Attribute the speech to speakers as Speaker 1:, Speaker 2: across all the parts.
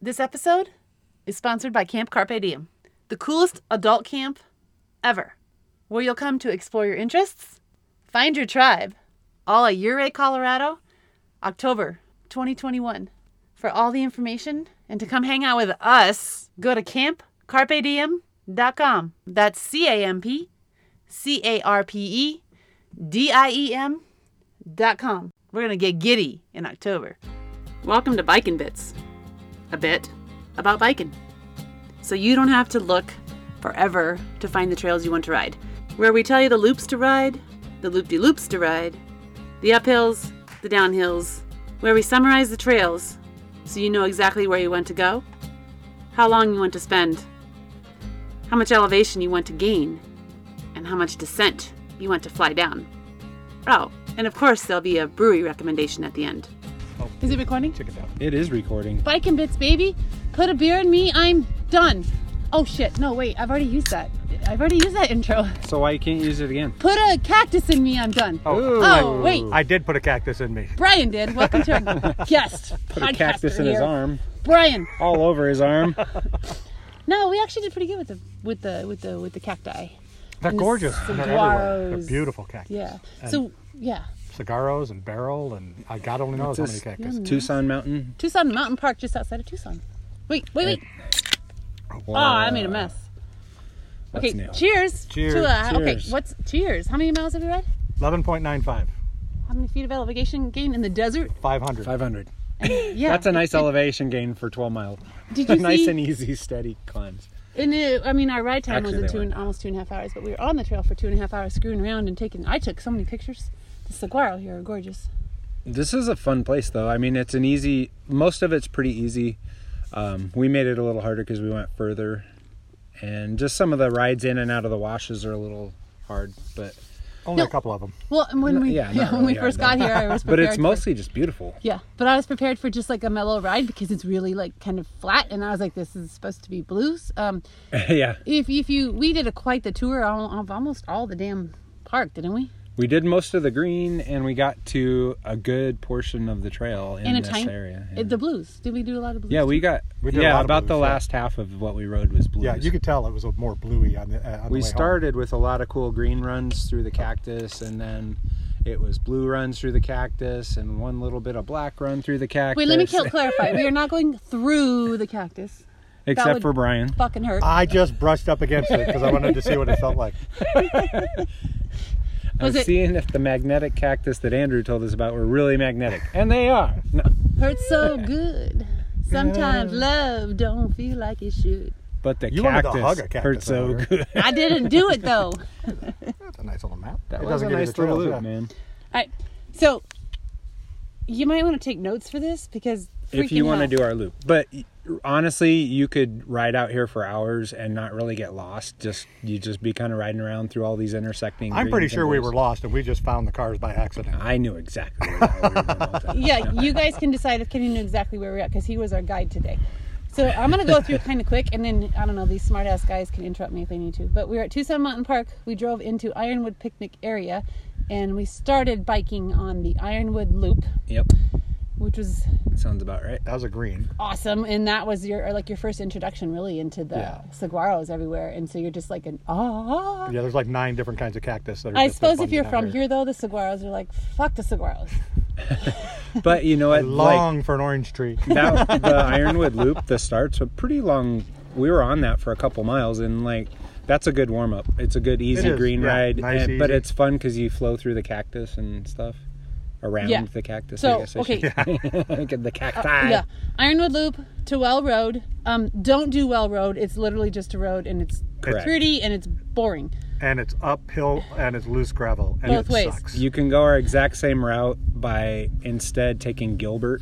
Speaker 1: This episode is sponsored by Camp Carpe Diem, the coolest adult camp ever, where you'll come to explore your interests, find your tribe, all at Ouray, Colorado, October 2021. For all the information and to come hang out with us, go to campcarpediem.com. That's C A M P C A R P E D I E M dot com. We're going to get giddy in October. Welcome to Bikin' Bits, a bit about biking. So you don't have to look forever to find the trails you want to ride, where we tell you the loops to ride, the loop de loops to ride, the uphills, the downhills, where we summarize the trails so you know exactly where you want to go, how long you want to spend, how much elevation you want to gain, and how much descent you want to fly down. Oh, and of course, there'll be a brewery recommendation at the end. Is it recording?
Speaker 2: Check it out. It is recording.
Speaker 1: Bike and bits, baby. Put a beer in me. I'm done. Oh shit. No, wait. I've already used that. I've already used that intro.
Speaker 2: So why you can't use it again?
Speaker 1: Put a cactus in me. I'm done.
Speaker 2: Ooh.
Speaker 1: Oh, wait.
Speaker 3: I did put a cactus in me.
Speaker 1: Brian did. Welcome to our guest.
Speaker 2: Put a cactus in his arm,
Speaker 1: Brian.
Speaker 2: all over his arm.
Speaker 1: No, we actually did pretty good with the with the with the with the cacti.
Speaker 3: They're
Speaker 1: And the
Speaker 3: gorgeous. They're everywhere. They're
Speaker 1: saguaros.
Speaker 3: beautiful cactus.
Speaker 1: Yeah.
Speaker 3: And
Speaker 1: so yeah.
Speaker 3: cigarros and barrel and I God only knows how many
Speaker 2: This
Speaker 3: cactus.
Speaker 2: Tucson Mountain.
Speaker 1: Tucson Mountain Park just outside of Tucson. Wait, wait, wait.
Speaker 2: Wow.
Speaker 1: Oh, I made a mess.
Speaker 2: That's
Speaker 1: Okay,
Speaker 2: uh, new.
Speaker 1: cheers.
Speaker 3: Cheers.
Speaker 1: To, uh, Okay,
Speaker 2: Cheers.
Speaker 1: what's cheers? How many miles have we read?
Speaker 3: Eleven point nine five.
Speaker 1: How many feet of elevation gain in the desert?
Speaker 3: Five hundred.
Speaker 2: 500.
Speaker 1: Yeah.
Speaker 2: That's a nice elevation gain for 12 miles.
Speaker 1: Did you
Speaker 2: nice
Speaker 1: see?
Speaker 2: and easy, steady climbs.
Speaker 1: And it, I mean, our ride time was
Speaker 2: Actually, they
Speaker 1: in two and,
Speaker 2: weren't.
Speaker 1: almost two and a half hours, but we were on the trail for two and a half hours, screwing around and taking. I took so many pictures. The saguaro here are gorgeous.
Speaker 2: This is a fun place, though. I mean, it's an easy. Most of it's pretty easy. Um, we made it a little harder because we went further, and just some of the rides in and out of the washes are a little hard, but
Speaker 3: Only
Speaker 1: No.
Speaker 3: a couple of them.
Speaker 1: Well, and when
Speaker 2: No,
Speaker 1: we
Speaker 2: yeah, not
Speaker 1: when
Speaker 2: really,
Speaker 1: we
Speaker 2: I
Speaker 1: first
Speaker 2: know.
Speaker 1: got here, I was
Speaker 2: but
Speaker 1: prepared.
Speaker 2: it's
Speaker 1: for-
Speaker 2: mostly just beautiful.
Speaker 1: yeah, but I was prepared for just like a mellow ride because it's really like kind of flat, and I was like, this is supposed to be blues. Um,
Speaker 2: yeah,
Speaker 1: if if you we did a quite the tour al- of almost all the damn park, didn't we?
Speaker 2: We did most of the green, and we got to a good portion of the trail in,
Speaker 1: In a
Speaker 2: this
Speaker 1: time-
Speaker 2: area.
Speaker 1: Uh,
Speaker 2: Yeah.
Speaker 1: The blues. Did we do a lot of blues?
Speaker 2: Yeah, we
Speaker 1: too?
Speaker 2: got
Speaker 3: We did a
Speaker 2: yeah
Speaker 3: lot of
Speaker 2: about the
Speaker 3: blues, yeah.
Speaker 2: last half of what we rode was blues.
Speaker 3: Yeah, you could tell it was a more bluey on the. Uh, on the
Speaker 2: We
Speaker 3: way home.
Speaker 2: started with a lot of cool green runs through the cactus, and then it was blue runs through the cactus, and one little bit of black run through the cactus.
Speaker 1: Wait, let me cal- clarify. We are not going through the cactus.
Speaker 2: Except
Speaker 1: would-
Speaker 2: for Brian.
Speaker 1: Fucking hurt.
Speaker 3: I just brushed up against it because I wanted to see what it felt like.
Speaker 1: Was
Speaker 2: I'm
Speaker 1: it-
Speaker 2: seeing if the magnetic cactus that Andrew told us about were really magnetic, and they are. No,
Speaker 1: Hurts so good. Sometimes love don't feel like it should.
Speaker 2: but the
Speaker 3: You wanted to
Speaker 2: cactus,
Speaker 3: hug a cactus,
Speaker 2: hurt so
Speaker 3: I heard.
Speaker 2: good.
Speaker 1: I didn't do it though. All
Speaker 3: That's a nice little map.
Speaker 2: That
Speaker 3: it
Speaker 2: was a
Speaker 3: doesn't give you
Speaker 2: nice
Speaker 3: the
Speaker 2: little
Speaker 3: trails,
Speaker 2: loop,
Speaker 3: yeah.
Speaker 2: man.
Speaker 1: right. So you might want to take notes for this because
Speaker 2: if you want to
Speaker 1: to
Speaker 2: do our loop. But honestly, you could ride out here for hours and not really get lost. Just you just be kind of riding around through all these intersecting.
Speaker 3: I'm pretty
Speaker 2: greens and
Speaker 3: sure we
Speaker 2: blues.
Speaker 3: were lost and we just found the cars by accident.
Speaker 2: I knew exactly. Where we were going all the time.
Speaker 1: yeah, you guys can decide if Kenny knew exactly where we're at because he was our guide today. So I'm gonna go through kind of quick, and then I don't know. These smart ass guys can interrupt me if they need to. But we were at Tucson Mountain Park. We drove into Ironwood Picnic area, and we started biking on the Ironwood Loop,
Speaker 2: Yep,
Speaker 1: which was
Speaker 2: sounds about right.
Speaker 3: That was a green.
Speaker 1: awesome and that was your or like your first introduction really into the
Speaker 3: Yeah.
Speaker 1: saguaros everywhere and so you're just like an ah
Speaker 3: Yeah, there's like nine different kinds of cactus. That are
Speaker 1: i
Speaker 3: just
Speaker 1: suppose if you're
Speaker 3: abundant out
Speaker 1: from here though the saguaros are like fuck the saguaros
Speaker 2: But you know what?
Speaker 3: long for an orange tree.
Speaker 2: Like that, the Ironwood Loop, the starts a pretty long. We were on that for a couple miles, and like that's a good warm up. It's a good easy
Speaker 3: is,
Speaker 2: green
Speaker 3: yeah.
Speaker 2: ride,
Speaker 3: Nice,
Speaker 2: and- but
Speaker 3: easy.
Speaker 2: it's fun because you flow through the cactus and stuff. Around
Speaker 1: Yeah.
Speaker 2: the cactus,
Speaker 1: So,
Speaker 2: I guess. I
Speaker 1: okay. Uh,
Speaker 2: should- Get the cacti.
Speaker 1: yeah ironwood loop to well road um don't do well road it's literally just a road and it's
Speaker 2: Correct.
Speaker 1: pretty and it's boring
Speaker 3: and it's uphill and it's loose gravel and
Speaker 1: Both
Speaker 3: it
Speaker 1: ways.
Speaker 3: sucks.
Speaker 2: You can go our exact same route by instead taking Gilbert.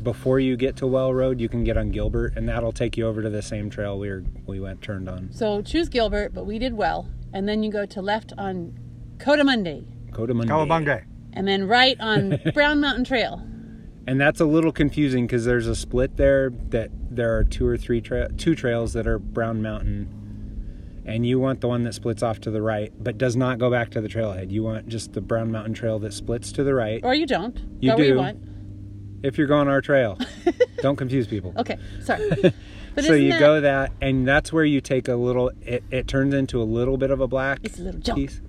Speaker 2: Before you get to Well Road, you can get on Gilbert, and that'll take you over to the same trail we were, we went turned on.
Speaker 1: so choose gilbert but we did well and then you go to left on cotamundi
Speaker 2: Cotamundi.
Speaker 3: Cowabunga.
Speaker 1: and then right on brown mountain trail
Speaker 2: And that's a little confusing because there's a split there that there are two or three tra- two trails that are Brown Mountain, and you want the one that splits off to the right, but does not go back to the trailhead. You want just the Brown Mountain trail that splits to the right.
Speaker 1: or you don't
Speaker 2: You
Speaker 1: go where you
Speaker 2: do.
Speaker 1: want
Speaker 2: if you're going our trail. Don't confuse people.
Speaker 1: Okay, sorry. But
Speaker 2: so
Speaker 1: isn't
Speaker 2: you
Speaker 1: that-
Speaker 2: go that, and that's where you take a little. It, it turns into a little bit of a black.
Speaker 1: It's a little junk.
Speaker 2: piece.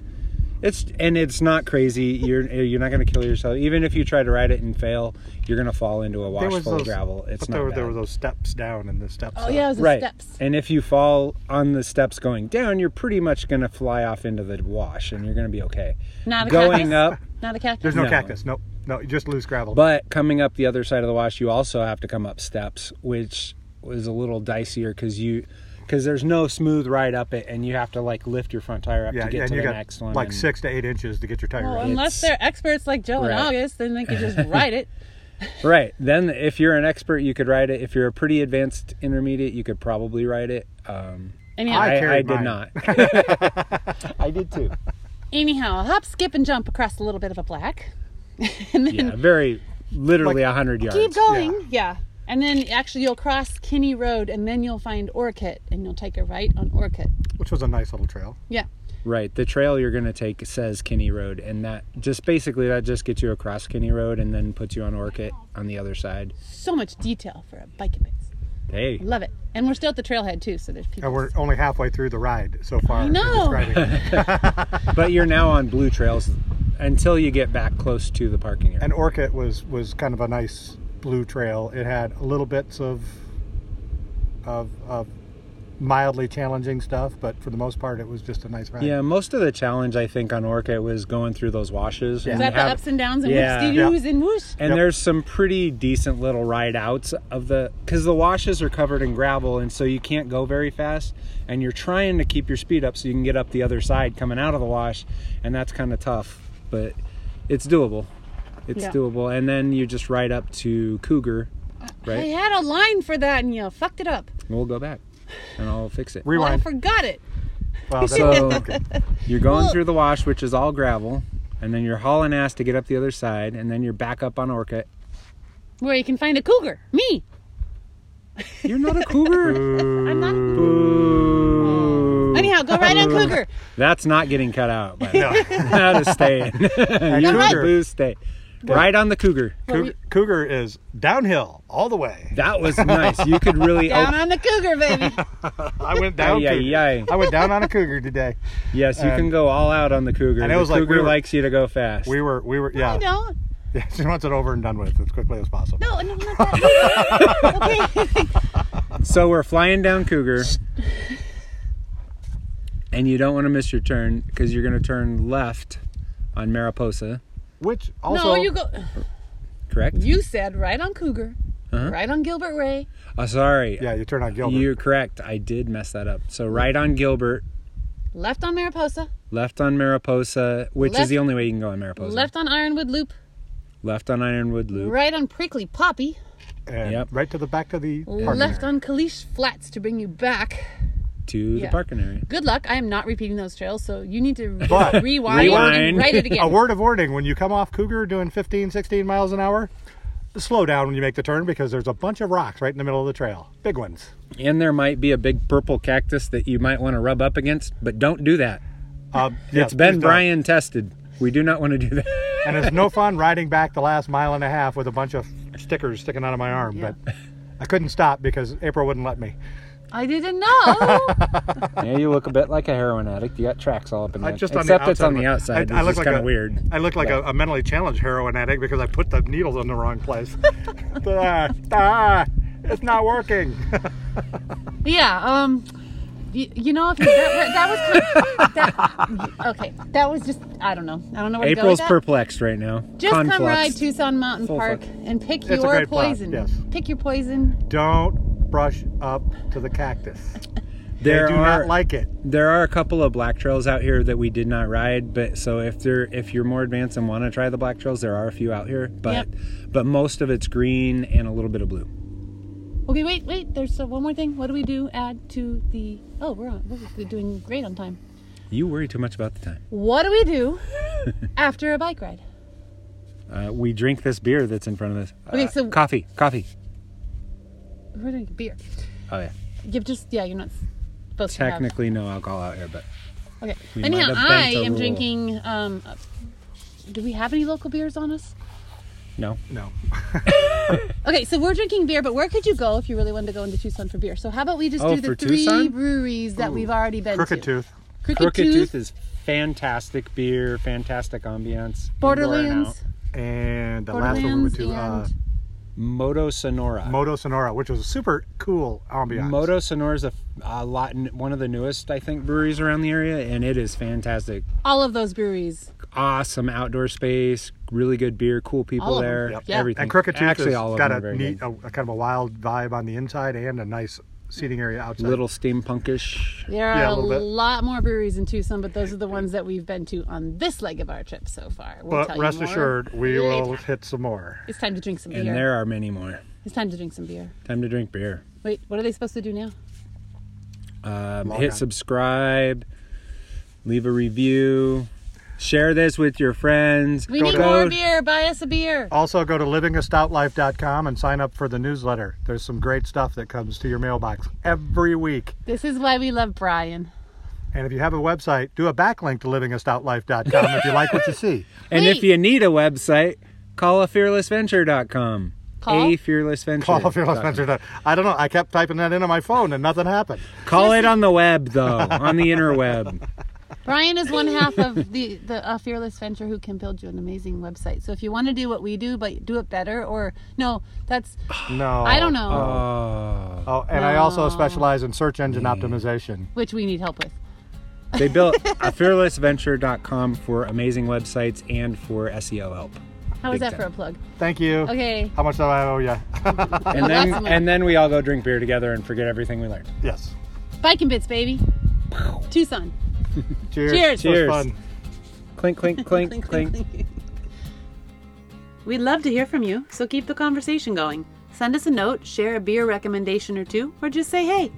Speaker 2: It's and it's not crazy. You're you're not going to kill yourself. Even if you try to ride it and fail, you're going to fall into a wash
Speaker 3: was
Speaker 2: full of
Speaker 3: those-
Speaker 2: gravel. It's
Speaker 3: but
Speaker 2: not
Speaker 3: there, were-
Speaker 2: bad.
Speaker 3: there were those steps down and the steps.
Speaker 1: Oh
Speaker 3: up.
Speaker 1: yeah, it was the
Speaker 2: right.
Speaker 1: steps.
Speaker 2: And if you fall on the steps going down, you're pretty much going to fly off into the wash, and you're going to be okay.
Speaker 1: Not a
Speaker 2: going
Speaker 1: cactus.
Speaker 2: up,
Speaker 1: Not a cactus.
Speaker 3: There's no,
Speaker 2: No.
Speaker 3: cactus. Nope. No, just loose gravel.
Speaker 2: but coming up the other side of the wash, you also have to come up steps, which was a little dicier because you. Because there's no smooth ride up it, and you have to like lift your front tire up
Speaker 3: yeah,
Speaker 2: to get
Speaker 3: yeah, and
Speaker 2: to
Speaker 3: you
Speaker 2: the
Speaker 3: got
Speaker 2: next one.
Speaker 3: like
Speaker 2: and-
Speaker 3: six to eight inches to get your tire
Speaker 1: Well,
Speaker 3: out.
Speaker 1: unless
Speaker 2: It's-
Speaker 1: they're experts like Joe and
Speaker 2: Right.
Speaker 1: August, then they could just write it.
Speaker 2: Right. Then, if you're an expert, you could ride it. If you're a pretty advanced intermediate, you could probably ride it. Um,
Speaker 1: Anyhow,
Speaker 3: I
Speaker 2: I, I,
Speaker 3: carried
Speaker 2: did
Speaker 3: mine.
Speaker 2: not. I did too.
Speaker 1: anyhow, hop, skip, and jump across a little bit of a black, and then
Speaker 2: Yeah, very literally a hundred
Speaker 1: keep
Speaker 2: yards.
Speaker 1: going. Yeah. And then actually, you'll cross Kinney Road, and then you'll find Orchid, and you'll take a right on Orchid.
Speaker 3: which was a nice little trail.
Speaker 1: Yeah.
Speaker 2: Right. The trail you're going to take says Kinney Road, and that just basically that just gets you across Kinney Road and then puts you on Orchid on the other side.
Speaker 1: So much detail for a bike and bits.
Speaker 2: Hey,
Speaker 1: Love it. And we're still at the trailhead too, so there's people.
Speaker 3: And we're only halfway through the ride so far.
Speaker 1: I know.
Speaker 3: in describing it.
Speaker 2: but you're now on blue trails until you get back close to the parking area.
Speaker 3: And Orchid was was kind of a nice blue trail. It had little bits of of of mildly challenging stuff, but for the most part, it was just a nice ride.
Speaker 2: yeah, most of the challenge I think on Orchid was going through those washes.
Speaker 1: Is
Speaker 2: and
Speaker 1: that
Speaker 2: you
Speaker 1: the
Speaker 2: have-
Speaker 1: ups and downs and
Speaker 2: Yeah.
Speaker 1: whoops de doos and whoosh?
Speaker 2: And
Speaker 3: Yep.
Speaker 2: there's some pretty decent little ride outs of the because the washes are covered in gravel, and so you can't go very fast. And you're trying to keep your speed up so you can get up the other side coming out of the wash, and that's kind of tough, but it's doable. It's
Speaker 1: Yeah. Uh,
Speaker 2: doable. And then you just ride up to Cougar,
Speaker 1: I
Speaker 2: right?
Speaker 1: had a line for that, and you fucked it up.
Speaker 2: We'll go back, and I'll fix it.
Speaker 1: Well, I
Speaker 3: Rewind.
Speaker 1: forgot it.
Speaker 3: Well, that
Speaker 2: So-
Speaker 3: was Orchid.
Speaker 2: You're going
Speaker 1: Well-
Speaker 2: through the wash, which is all gravel, and then you're hauling ass to get up the other side, and then you're back up on Orchid.
Speaker 1: Where you can find a cougar, me.
Speaker 2: You're not a cougar.
Speaker 1: I'm not.
Speaker 2: Boo.
Speaker 1: Anyhow, go right on cougar.
Speaker 2: That's not getting cut out. But
Speaker 3: No.
Speaker 2: that is staying. you
Speaker 3: Cougar.
Speaker 2: cougar. Boo stay. Right on the cougar.
Speaker 3: Cougar, Cougar is downhill all the way.
Speaker 2: That was nice. You could really.
Speaker 1: Down
Speaker 2: Oh,
Speaker 1: on the cougar, baby.
Speaker 3: I went down.
Speaker 2: Ay, ay,
Speaker 3: cougar.
Speaker 2: ay.
Speaker 3: I went down on a cougar today.
Speaker 2: yes, you can go all out on the cougar.
Speaker 3: And it was
Speaker 2: the
Speaker 3: like
Speaker 2: cougar
Speaker 3: we were-
Speaker 2: likes you to go fast.
Speaker 3: We were, we were,
Speaker 1: I
Speaker 3: yeah.
Speaker 1: don't.
Speaker 3: yeah. She wants it over and done with as quickly as possible.
Speaker 1: No, no, not that. okay.
Speaker 2: so we're flying down cougar, and you don't want to miss your turn because you're going to turn left on Mariposa.
Speaker 3: Which
Speaker 1: no,
Speaker 3: also,
Speaker 1: you go.
Speaker 2: Correct.
Speaker 1: You said right on cougar,
Speaker 2: Uh-huh.
Speaker 1: right on Gilbert Ray.
Speaker 2: Oh, sorry.
Speaker 3: yeah, you turn on Gilbert.
Speaker 2: You're correct. I did mess that up. So right on Gilbert,
Speaker 1: Left on Mariposa,
Speaker 2: left on Mariposa, which
Speaker 1: Left-
Speaker 2: is the only way you can go on Mariposa.
Speaker 1: left on Ironwood Loop,
Speaker 2: Left on Ironwood Loop.
Speaker 1: right on Prickly Poppy,
Speaker 3: and
Speaker 2: Yep.
Speaker 3: right to the back of the parking
Speaker 1: left
Speaker 3: area.
Speaker 1: on Kalish Flats to bring you back.
Speaker 2: to
Speaker 1: Yeah.
Speaker 2: the parking area.
Speaker 1: Good luck. I am not repeating those trails, so you need to
Speaker 3: But-
Speaker 1: rewind, and
Speaker 2: Rewind.
Speaker 1: write it
Speaker 3: A
Speaker 1: again.
Speaker 3: word of warning when you come off Cougar doing 15, 16 miles an hour, slow down when you make the turn because there's a bunch of rocks right in the middle of the trail. Big ones.
Speaker 2: And there might be a big purple cactus that you might want to rub up against, but don't do that.
Speaker 3: Uh, yes,
Speaker 2: it's Ben
Speaker 3: please don't.
Speaker 2: Bryan tested. We do not want to do that.
Speaker 3: And it's no fun riding back the last mile and a half with a bunch of stickers sticking out of my arm, but I couldn't stop because April wouldn't let me.
Speaker 1: I didn't know.
Speaker 2: yeah, you look a bit like a heroin addict. You got tracks all up in
Speaker 3: I
Speaker 2: there.
Speaker 3: just on the
Speaker 2: Except it's
Speaker 3: outside
Speaker 2: on
Speaker 3: of
Speaker 2: the
Speaker 3: it. I-
Speaker 2: outside,
Speaker 3: I
Speaker 2: I, which
Speaker 3: look
Speaker 2: is
Speaker 3: like
Speaker 2: kind
Speaker 3: a-
Speaker 2: of weird.
Speaker 3: I look like a, a mentally challenged heroin addict because I put the needles in the wrong place. ah, ah, it's not working.
Speaker 1: yeah. Um. You, you know, if you, that, that was kind of, that, okay. That was just I don't know. I don't know where to go with
Speaker 2: April's
Speaker 1: that.
Speaker 2: perplexed right now.
Speaker 1: Just
Speaker 2: Confluxed.
Speaker 1: come ride Tucson Mountain
Speaker 2: Full
Speaker 1: Park
Speaker 2: fuck.
Speaker 1: and pick
Speaker 3: a
Speaker 1: your
Speaker 3: great plot,
Speaker 1: poison.
Speaker 3: yes.
Speaker 1: Pick your poison.
Speaker 3: Don't brush up to the cactus.
Speaker 2: There
Speaker 3: they do
Speaker 2: are
Speaker 3: not like it.
Speaker 2: there are a couple of black trails out here that we did not ride but so if they're if you're more advanced and want to try the black trails there are a few out here but
Speaker 1: Yep.
Speaker 2: but most of it's green and a little bit of blue
Speaker 1: Okay, wait, wait. There's uh, one more thing. What do we do? Add to the. Oh, we're on. We're doing great on time.
Speaker 2: you worry too much about the time
Speaker 1: What do we do after a bike ride?
Speaker 2: uh, we drink this beer that's in front of us
Speaker 1: Okay,
Speaker 2: Uh,
Speaker 1: so-
Speaker 2: coffee coffee
Speaker 1: We're drinking beer.
Speaker 2: oh yeah
Speaker 1: You've just yeah. You're not supposed
Speaker 2: technically no alcohol out here but
Speaker 1: to have.
Speaker 2: we
Speaker 1: Okay. Anyhow,
Speaker 2: might have
Speaker 1: I
Speaker 2: bent a
Speaker 1: am
Speaker 2: rule.
Speaker 1: drinking. Um, uh, do we have any local beers on us?
Speaker 2: no
Speaker 3: No.
Speaker 1: Okay, so we're drinking beer, but where could you go if you really wanted to go into Tucson for beer? So how about we just
Speaker 2: Oh,
Speaker 1: do the
Speaker 2: for
Speaker 1: three
Speaker 2: Tucson?
Speaker 1: breweries that we've already been
Speaker 3: Crooked
Speaker 1: to?
Speaker 3: Tooth.
Speaker 1: Crooked,
Speaker 2: Crooked
Speaker 1: Tooth,
Speaker 2: Tooth is fantastic beer, fantastic ambiance. indoor and
Speaker 1: Borderlands,
Speaker 2: out.
Speaker 3: And the last one we
Speaker 1: Borderlands,
Speaker 3: went to, uh,
Speaker 1: and
Speaker 2: Moto Sonora.
Speaker 3: Moto Sonora, which was a super cool ambiance.
Speaker 2: Moto Sonora is a, a lot, one of the newest, I think, breweries around the area, and it is fantastic.
Speaker 1: all of those breweries.
Speaker 2: Awesome outdoor space, really good beer, cool people
Speaker 1: All of them.
Speaker 2: there,
Speaker 3: Yep.
Speaker 1: Yeah.
Speaker 2: everything.
Speaker 3: And Crooked Tooth
Speaker 2: Actually,
Speaker 3: has
Speaker 2: all of
Speaker 3: got
Speaker 2: them are
Speaker 3: a
Speaker 2: very
Speaker 3: neat,
Speaker 2: good.
Speaker 3: a, a kind of a wild vibe on the inside and a nice seating area outside.
Speaker 2: little steampunkish.
Speaker 1: There are
Speaker 3: Yeah, a
Speaker 1: a
Speaker 3: little bit.
Speaker 1: lot more breweries in Tucson, but those are the ones that we've been to on this leg of our trip so far. We'll
Speaker 3: but
Speaker 1: tell you
Speaker 3: rest
Speaker 1: more.
Speaker 3: assured, we
Speaker 1: later.
Speaker 3: will hit some more.
Speaker 1: It's time to drink some beer.
Speaker 2: And there are many more.
Speaker 1: It's time to drink some beer.
Speaker 2: Time to drink beer.
Speaker 1: Wait, what are they supposed to do now?
Speaker 2: Um,
Speaker 3: Log
Speaker 2: hit
Speaker 3: on.
Speaker 2: subscribe, leave a review, share this with your friends.
Speaker 1: We
Speaker 3: Go
Speaker 1: need
Speaker 3: to-
Speaker 1: more beer. Buy us a beer.
Speaker 3: Also, go to livingastoutlife.com and sign up for the newsletter. There's some great stuff that comes to your mailbox every week.
Speaker 1: This is why we love Brian.
Speaker 3: And if you have a website, do a backlink to livingastoutlife.com if you like what you see.
Speaker 2: And
Speaker 1: Wait.
Speaker 2: if you need a website, call a fearlessventure.com.
Speaker 1: Call?
Speaker 2: A fearlessventure.
Speaker 3: Call Fearless Venture. I don't know. I kept typing that into my phone and nothing happened.
Speaker 2: Call it on the web, though, on the interweb.
Speaker 1: Brian is one half of the the uh, fearless venture who can build you an amazing website. So if you want to do what we do, but do it better, or no, that's
Speaker 3: No.
Speaker 1: I don't know,
Speaker 3: uh,
Speaker 2: Oh.
Speaker 3: Oh, and I also specialize in search engine optimization.
Speaker 1: which we need help with.
Speaker 2: They built a fearlessventure.com for amazing websites and for SEO help.
Speaker 1: How is
Speaker 2: Big
Speaker 1: that for
Speaker 2: time.
Speaker 1: a plug?
Speaker 3: Thank you.
Speaker 1: Okay,
Speaker 3: How much do I owe you?
Speaker 2: And
Speaker 1: Lots of
Speaker 2: then,
Speaker 1: it.
Speaker 2: and then we all go drink beer together and forget everything we learned.
Speaker 3: yes.
Speaker 1: bike and bits, baby. Tucson.
Speaker 3: Cheers.
Speaker 1: Cheers.
Speaker 3: It was
Speaker 2: Cheers.
Speaker 3: fun.
Speaker 2: Clink, clink, clink, clink.
Speaker 4: We'd love to hear from you, so keep the conversation going. Send us a note, share a beer recommendation or two, or just say hey.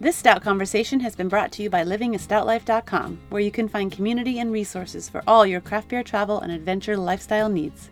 Speaker 4: This Stout Conversation has been brought to you by livingastoutlife.com, where you can find community and resources for all your craft beer travel and adventure lifestyle needs.